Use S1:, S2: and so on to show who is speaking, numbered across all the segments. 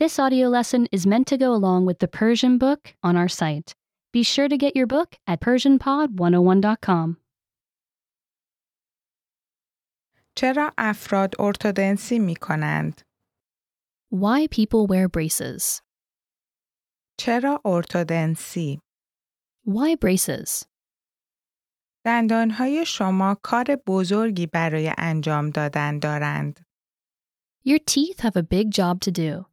S1: This audio lesson is meant to go along with the Persian book on our site. Be sure to get your book at PersianPod101.com.
S2: چرا افراد ارتودنسی می کنند؟
S1: Why people wear braces.
S2: چرا ارتودنسی؟
S1: Why braces?
S2: دندانهای شما کار بزرگی برای انجام دادن دارند.
S1: Your teeth have a big job to do.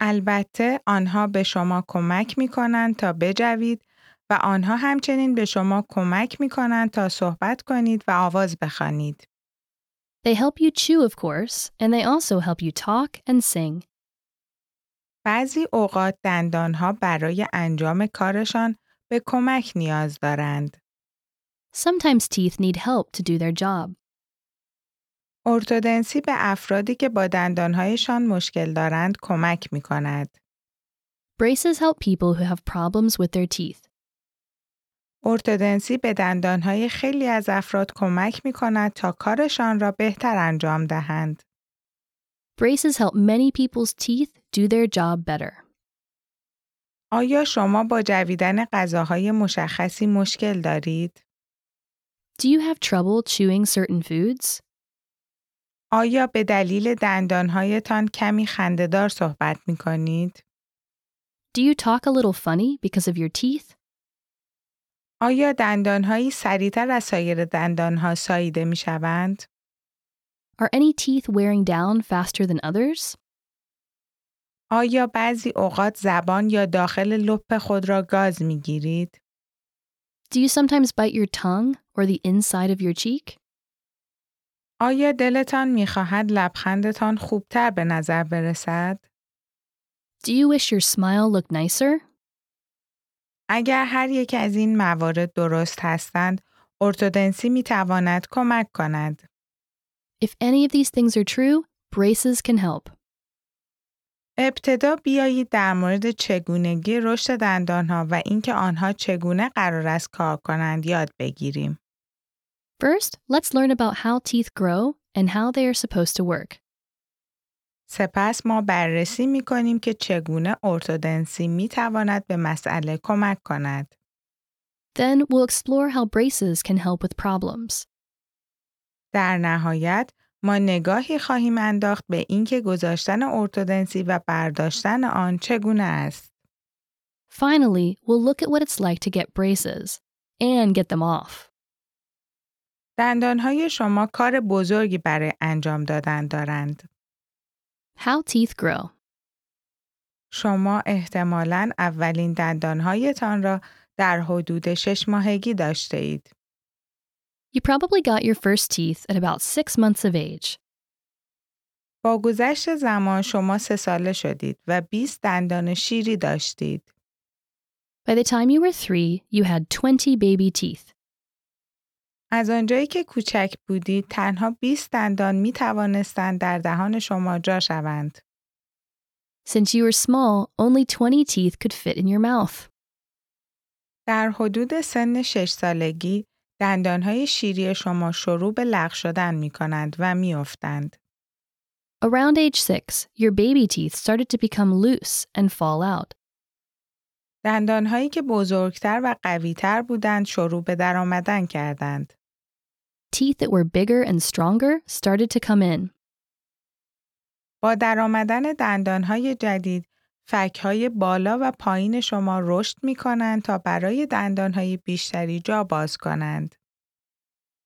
S2: البته آنها به شما کمک می کنند تا بجوید و آنها همچنین به شما کمک می کنند تا صحبت کنید و آواز بخوانید.
S1: They help you chew, of course, and they also help you talk and sing.
S2: بعضی اوقات دندانها برای انجام کارشان به کمک نیاز دارند.
S1: Sometimes teeth need help to do their job.
S2: ارتودنسی به افرادی که با دندانهایشان مشکل دارند کمک می کند.
S1: Braces help people who have problems with their teeth.
S2: ارتودنسی به دندانهای خیلی از افراد کمک می کند تا کارشان را بهتر انجام دهند.
S1: Braces help many people's teeth do their job better.
S2: آیا شما با جویدن غذاهای مشخصی مشکل دارید؟
S1: Do you have trouble chewing certain foods?
S2: آیا به دلیل دندانهایتان کمی خندهدار صحبت می کنید؟
S1: Do you talk a little funny because of your teeth?
S2: آیا دندانهایی سریعتر از سایر دندانها ساییده می شوند؟
S1: Are any teeth wearing down faster than others?
S2: آیا بعضی اوقات زبان یا داخل لپ خود را گاز می گیرید؟
S1: Do you sometimes bite your tongue or the inside of your cheek?
S2: آیا دلتان میخواهد لبخندتان خوبتر به نظر برسد؟
S1: Do you wish your smile looked nicer?
S2: اگر هر یک از این موارد درست هستند، ارتودنسی می تواند کمک کند.
S1: If any of these things are true, braces can help.
S2: ابتدا بیایید در مورد چگونگی رشد دندانها و اینکه آنها چگونه قرار است کار کنند یاد بگیریم.
S1: First, let's learn about how teeth grow and how they are supposed to work.
S2: سپس ما بررسی می کنیم که چگونه ارتودنسی می تواند به مسئله کمک کند.
S1: Then, we'll explore how braces can help with problems.
S2: در نهایت ما نگاهی خواهیم انداخت به اینکه گذاشتن ارتودنسی و برداشتن آن چگونه است.
S1: Finally, we'll look at what it's like to get braces and get them off.
S2: دندانهای شما کار بزرگی برای انجام دادن دارند.
S1: How teeth grow.
S2: شما احتمالاً اولین دندانهایتان را در حدود شش ماهگی داشته اید.
S1: You probably got your first teeth at about six months of age.
S2: با گذشت زمان شما سه ساله شدید و 20 دندان شیری داشتید.
S1: By the time you were three, you had 20 baby teeth.
S2: از آنجایی که کوچک بودید تنها 20 دندان می توانستند در دهان شما جا شوند.
S1: Since you were small, only 20 teeth could fit in your mouth.
S2: در حدود سن شش سالگی دندانهای شیری شما شروع به لغ شدن می کنند و می افتند.
S1: Around age six, your baby teeth started to become loose and fall out.
S2: دندانهایی که بزرگتر و قویتر بودند شروع به درآمدن کردند.
S1: Teeth that were bigger and stronger started to come in.
S2: با درآمدن دندانهای جدید فکهای بالا و پایین شما رشد می کنند تا برای دندانهای بیشتری جا باز کنند.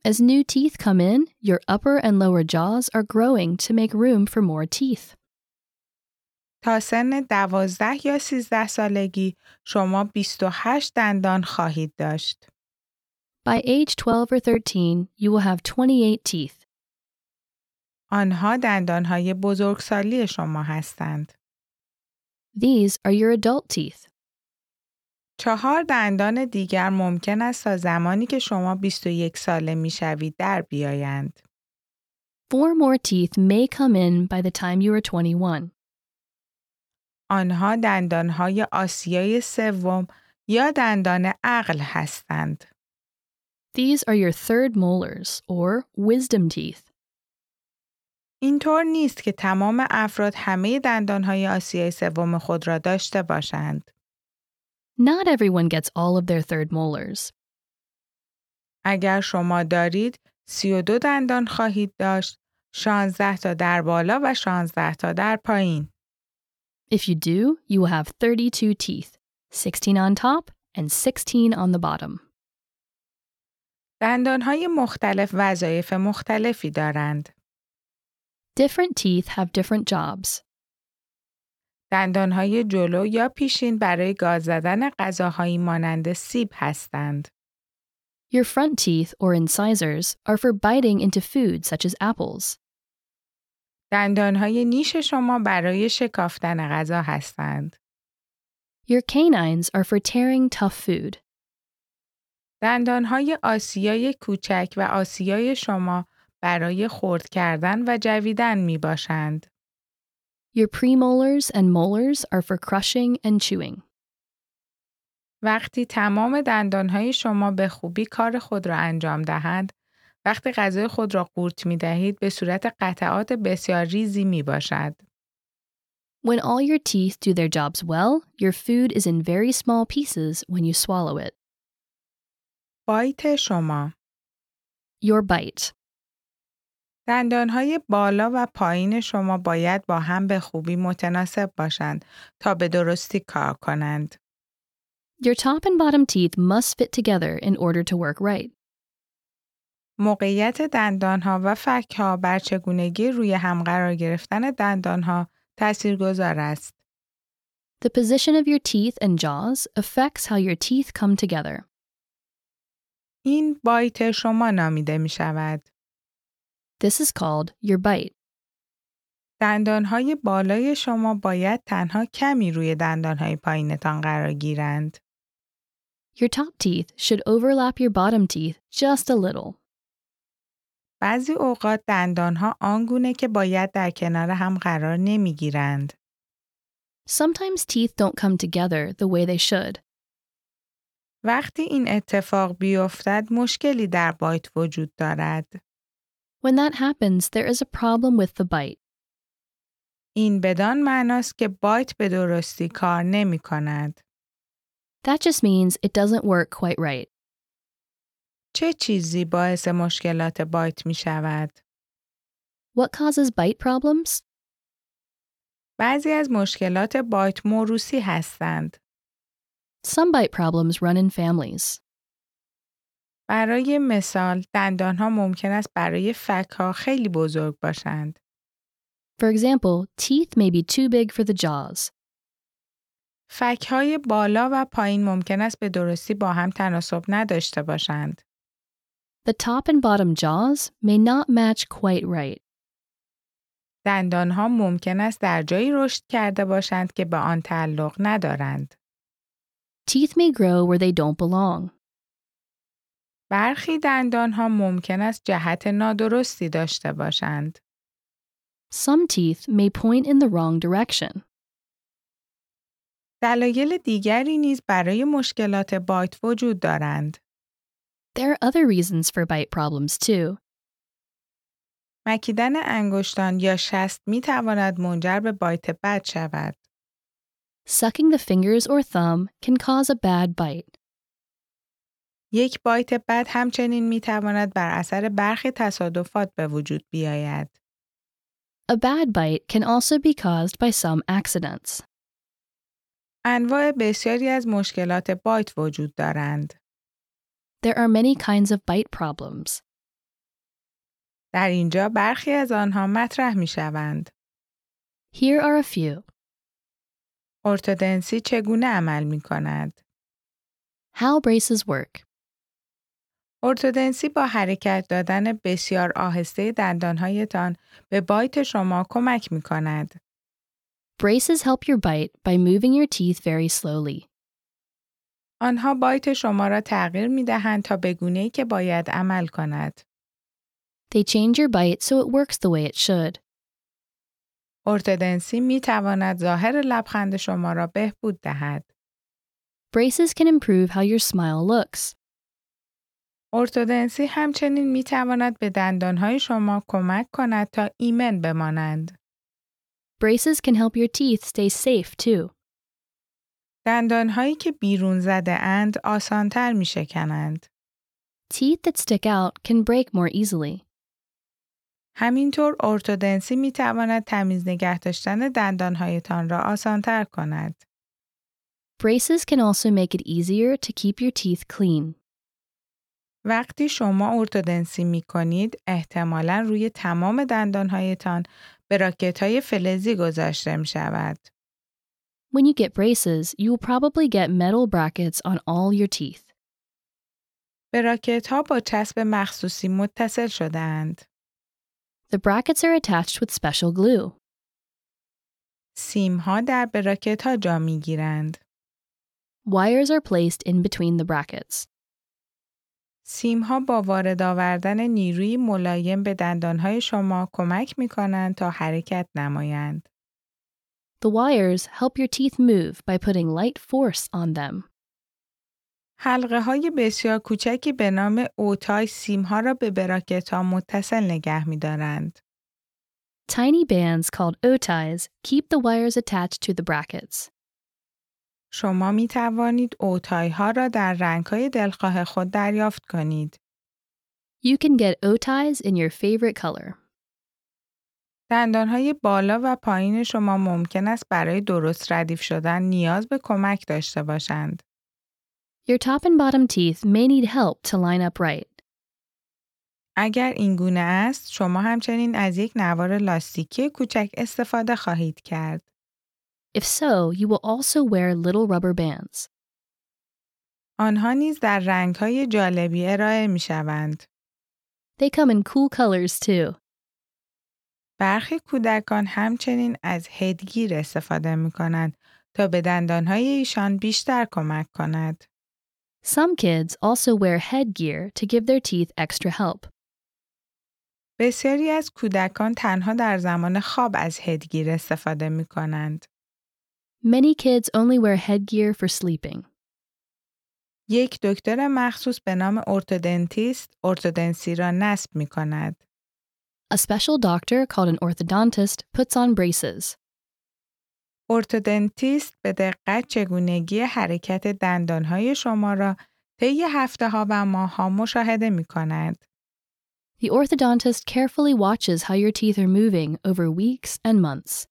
S1: As new teeth come in, your upper and lower jaws are growing to make room for more teeth.
S2: تا سن دوازده یا سیزده سالگی شما 28 دندان خواهید داشت.
S1: By age 12 or 13, you will have 28 teeth.
S2: آنها دندانهای بزرگسالی شما هستند.
S1: These are your adult teeth.
S2: چهار دندان دیگر ممکن است تا زمانی که شما 21 ساله می شوید در بیایند.
S1: Four more teeth may come in by the time you are 21.
S2: آنها دندانهای آسیای سوم یا دندان عقل هستند.
S1: These are your third molars, or wisdom teeth.
S2: اینطور نیست که تمام افراد همه دندانهای آسیای سوم خود را داشته باشند.
S1: Not everyone gets all of their third molars.
S2: اگر شما دارید 32 دندان خواهید داشت، 16 تا در بالا و 16 تا در پایین.
S1: If you do, you will have 32 teeth 16 on top and 16 on the bottom.
S2: دندانهای مختلف وظایف مختلفی دارند.
S1: Different teeth have different jobs.
S2: دندانهای جلو یا پیشین برای گاز زدن غذاهایی مانند سیب هستند.
S1: Your front teeth, or incisors, are for biting into food such as apples.
S2: دندانهای نیش شما برای شکافتن غذا هستند.
S1: Your canines are for tearing tough food.
S2: دندانهای آسیای کوچک و آسیای شما برای خرد کردن و جویدن می باشند.
S1: Your premolars and molars are for crushing and chewing.
S2: وقتی تمام دندانهای شما به خوبی کار خود را انجام دهند، وقتی غذای خود را قورت می دهید به صورت قطعات بسیار ریزی می باشد.
S1: When all your teeth do their jobs well, your food is in very small pieces when you swallow it.
S2: بایت شما
S1: Your bite.
S2: دندانهای بالا و پایین شما باید با هم به خوبی متناسب باشند تا به درستی کار کنند.
S1: Your top and bottom teeth must fit together in order to work right.
S2: موقعیت دندانها و فکها بر چگونگی روی هم قرار گرفتن دندانها تاثیرگذار است.
S1: The position of your teeth and jaws affects how your teeth come together.
S2: این بایت شما نامیده می شود.
S1: This is called your bite.
S2: دندانهای بالای شما باید تنها کمی روی دندانهای پایینتان قرار گیرند.
S1: Your top teeth should overlap your bottom teeth just a little.
S2: بعضی اوقات دندانها آنگونه که باید در کنار هم قرار نمی گیرند.
S1: Sometimes teeth don't come together the way they should.
S2: وقتی این اتفاق بیفتد مشکلی در بایت وجود دارد.
S1: When that happens, there is a problem with the bite.
S2: این بدان معناست که بایت به درستی کار نمی کند.
S1: That just means it doesn't work quite right.
S2: چه چیزی باعث مشکلات بایت می شود؟
S1: What causes bite problems?
S2: بعضی از مشکلات بایت موروسی هستند.
S1: Some bite problems run in families.
S2: برای مثال دندانها ممکن است برای فکها خیلی بزرگ باشند.
S1: For example, teeth may be too big for the jaws.
S2: فکهای بالا و پایین ممکن است به درستی با هم تناسب نداشته باشند.
S1: The top and bottom jaws may not match quite right.
S2: دندانها ممکن است در جایی رشد کرده باشند که به آن تعلق ندارند.
S1: Teeth may grow where they don't belong.
S2: برخی دندانها ممکن است جهت نادرستی داشته باشند.
S1: Some teeth may point in the wrong direction.
S2: دلایل دیگری نیز برای مشکلات بایت وجود دارند.
S1: There are other reasons for bite problems too.
S2: مکیدن انگشتان یا شست می تواند منجر به بایت بد شود.
S1: Sucking the fingers or thumb can cause a bad bite.
S2: یک بایت بد همچنین می تواند بر اثر برخی تصادفات به وجود بیاید.
S1: A bad bite can also be caused by some accidents.
S2: انواع بسیاری از مشکلات بایت وجود دارند.
S1: There are many kinds of bite problems.
S2: در اینجا برخی از آنها مطرح می شوند.
S1: Here are a few.
S2: ارتودنسی چگونه عمل می کند؟
S1: How braces work.
S2: ارتودنسی با حرکت دادن بسیار آهسته دندانهایتان به بایت شما کمک می کند.
S1: Braces help your bite by moving your teeth very slowly.
S2: آنها بایت شما را تغییر می دهند تا به گونه‌ای که باید عمل کند.
S1: They change your bite so it works the way it should.
S2: ارتودنسی می تواند ظاهر لبخند شما را بهبود دهد.
S1: Braces can improve how your smile looks.
S2: ارتودنسی همچنین می تواند به دندانهای شما کمک کند تا ایمن بمانند.
S1: Braces can help your teeth stay safe too.
S2: دندانهایی که بیرون زده اند آسانتر می شکنند.
S1: Teeth that stick out can break more easily.
S2: همینطور ارتودنسی می تواند تمیز نگه داشتن دندانهایتان را آسانتر کند.
S1: Braces can also make it easier to keep your teeth clean.
S2: وقتی شما ارتودنسی می کنید احتمالا روی تمام دندانهایتان براکت های فلزی گذاشته می شود.
S1: When you get braces, you will probably get metal brackets on all your teeth.
S2: براکت ها با چسب مخصوصی متصل شده اند.
S1: The brackets are attached with special glue.
S2: سیم ها در براکت ها جا می گیرند.
S1: Wires are placed in between the brackets.
S2: سیم ها با وارد آوردن نیروی ملایم به دندانهای شما کمک می کنند تا حرکت نمایند.
S1: The wires help your teeth move by putting light force on them.
S2: حلقه های بسیار کوچکی به نام اوتای سیم ها را به براکت ها متصل نگه می دارند.
S1: Tiny bands called O-ties keep the wires attached to the brackets.
S2: شما می توانید اوتای ها را در رنگ های دلخواه خود دریافت کنید.
S1: You can get O-ties in your favorite color.
S2: دندان های بالا و پایین شما ممکن است برای درست ردیف شدن نیاز به کمک داشته باشند.
S1: Your top and bottom teeth may need help to line up right.
S2: اگر این گونه است، شما همچنین از یک نوار لاستیکی کوچک استفاده خواهید کرد.
S1: If so, you will also wear little rubber bands.
S2: آنها نیز در رنگ های جالبی ارائه می شوند.
S1: They come in cool colors too.
S2: برخی کودکان همچنین از هدگیر استفاده می کنند تا به دندان ایشان بیشتر کمک کند.
S1: Some kids also wear headgear to give their teeth extra help.
S2: بسیاری از کودکان تنها در زمان خواب از هدگیر استفاده می کنند.
S1: Many kids only wear headgear for sleeping.
S2: یک دکتر مخصوص به نام ارتودنتیست ارتودنسی را نصب می کند.
S1: A special doctor called an orthodontist puts on braces.
S2: ارتودنتیست به دقت چگونگی حرکت دندانهای شما را طی هفته ها و ماه ها مشاهده می کند.
S1: The orthodontist carefully watches how your teeth are moving over weeks and months.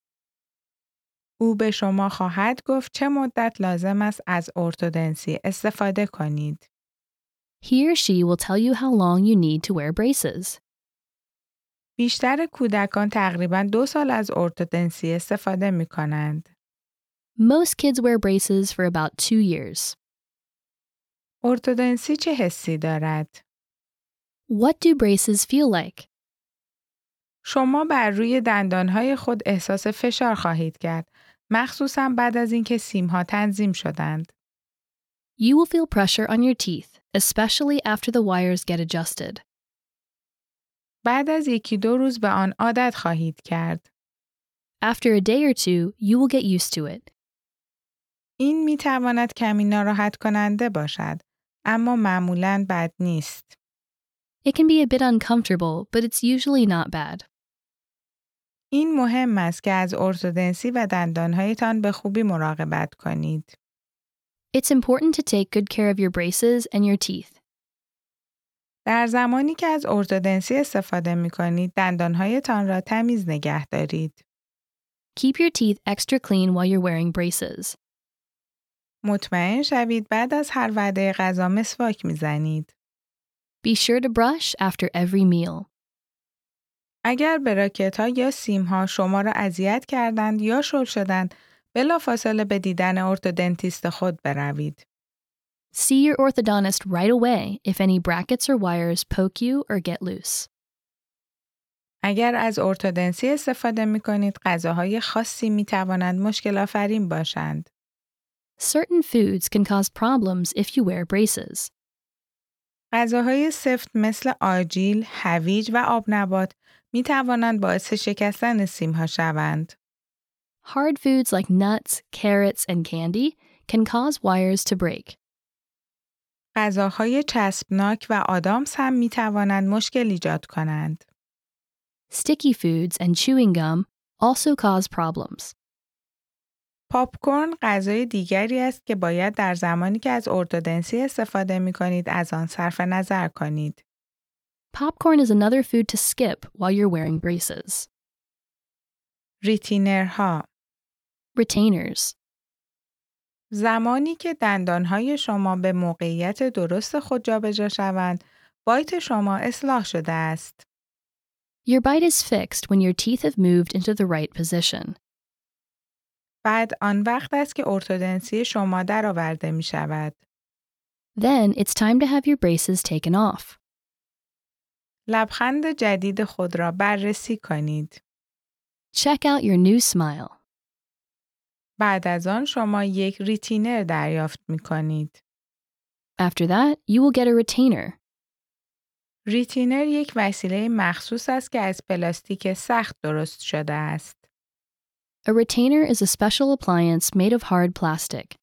S2: او به شما خواهد گفت چه مدت لازم است از ارتودنسی استفاده کنید.
S1: He or she will tell you how long you need to wear braces.
S2: بیشتر کودکان تقریبا دو سال از ارتودنسی استفاده می کنند.
S1: Most kids wear braces for about two years.
S2: ارتودنسی چه حسی دارد؟
S1: What do braces feel like?
S2: شما بر روی دندانهای خود احساس فشار خواهید کرد مخصوصا بعد از اینکه سیمها تنظیم شدند
S1: You will feel pressure on your teeth, especially after the wires get adjusted.
S2: بعد از یکی دو روز به آن عادت خواهید کرد
S1: After a day or two, you will get used to it.
S2: این می تواند کمی ناراحت کننده باشد اما معمولا بد نیست
S1: It can be a bit uncomfortable, but it's usually not bad.
S2: این مهم است که از ارتودنسی و دندانهایتان به خوبی مراقبت کنید
S1: It's important to take good care of your braces and your teeth.
S2: در زمانی که از ارتودنسی استفاده می کنید دندانهایتان را تمیز نگه دارید
S1: Keep your teeth extra clean while you're wearing braces.
S2: مطمئن شوید بعد از هر وعده غذا مسواک میزنید.
S1: Be sure to brush after every meal.
S2: اگر براکت ها یا سیم ها شما را اذیت کردند یا شل شدند، بلافاصله به دیدن ارتودنتیست خود بروید.
S1: See your orthodontist right away if any brackets or wires poke you or get loose.
S2: اگر از ارتودنسی استفاده می کنید، غذاهای خاصی می توانند مشکل آفرین باشند.
S1: Certain foods can cause problems if you wear braces.
S2: غذاهای سفت مثل آجیل، هویج و آبنبات می توانند باعث شکستن سیم ها شوند.
S1: Hard foods like nuts, carrots, and candy can cause wires to break.
S2: غذاهای چسبناک و آدامس هم می توانند مشکل ایجاد کنند.
S1: Sticky foods and chewing gum also cause problems.
S2: پاپکورن غذای دیگری است که باید در زمانی که از ارتودنسی استفاده می کنید از آن صرف نظر کنید.
S1: Popcorn is another food to skip while you're wearing braces.
S2: ریتینرها
S1: Retainers.
S2: زمانی که دندانهای شما به موقعیت درست خود جابجا شوند، بایت شما اصلاح شده است.
S1: Your bite is fixed when your teeth have moved into the right position.
S2: بعد آن وقت است که ارتودنسی شما درآورده می شود.
S1: Then it's time to have your braces taken off.
S2: لبخند جدید خود را بررسی کنید.
S1: Check out your new smile.
S2: بعد از آن شما یک ریتینر دریافت می کنید.
S1: After that, you will get a retainer.
S2: ریتینر یک وسیله مخصوص است که از پلاستیک سخت درست شده است.
S1: A retainer is a special appliance made of hard plastic.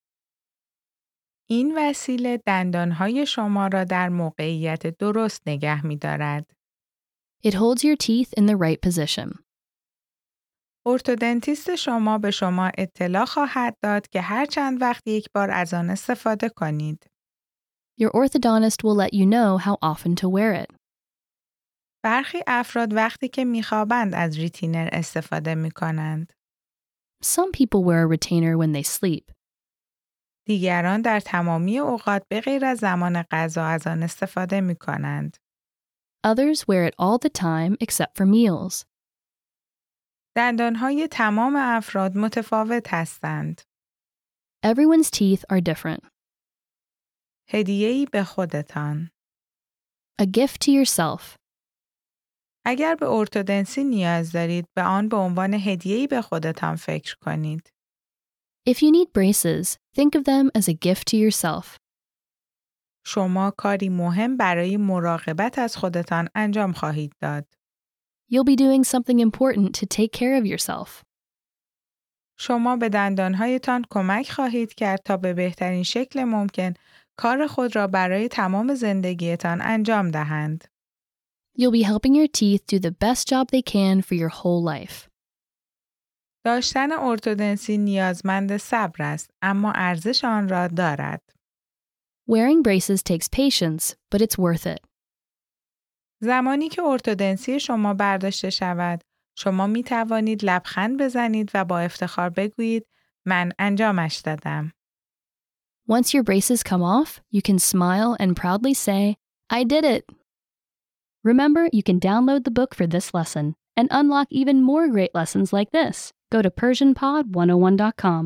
S2: این وسیله دندانهای شما را در موقعیت درست نگه می دارد.
S1: It holds your teeth in the right position.
S2: ارتودنتیست شما به شما اطلاع خواهد داد که هر چند وقت یک بار از آن استفاده کنید.
S1: Your orthodontist will let you know how often to wear it.
S2: برخی افراد وقتی که میخوابند از ریتینر استفاده می کنند.
S1: Some people wear a retainer when they sleep.
S2: دیگران در تمامی اوقات به غیر از زمان غذا از آن استفاده می کنند.
S1: Others wear it all the time except for meals.
S2: دندانهای تمام افراد متفاوت هستند.
S1: Everyone's teeth are different.
S2: هدیه‌ای به خودتان.
S1: A gift to yourself.
S2: اگر به ارتودنسی نیاز دارید، به آن به عنوان هدیه‌ای به خودتان فکر کنید.
S1: If you need braces, think of them as a gift to yourself.
S2: شما کاری مهم برای مراقبت از خودتان انجام خواهید داد.
S1: You'll be doing something important to take care of yourself.
S2: شما به دندانهایتان کمک خواهید کرد تا به بهترین شکل ممکن کار خود را برای تمام زندگیتان انجام دهند.
S1: You'll be helping your teeth do the best job they can for your whole life.
S2: داشتن ارتودنسی نیازمند صبر است اما ارزش آن را دارد.
S1: Wearing braces takes patience, but it's worth it.
S2: زمانی که ارتودنسی شما برداشته شود، شما می توانید لبخند بزنید و با افتخار بگویید من انجامش دادم.
S1: Once your braces come off, you can smile and proudly say, I did it. Remember, you can download the book for this oh lesson and unlock even more great lessons like this. Go to PersianPod101.com.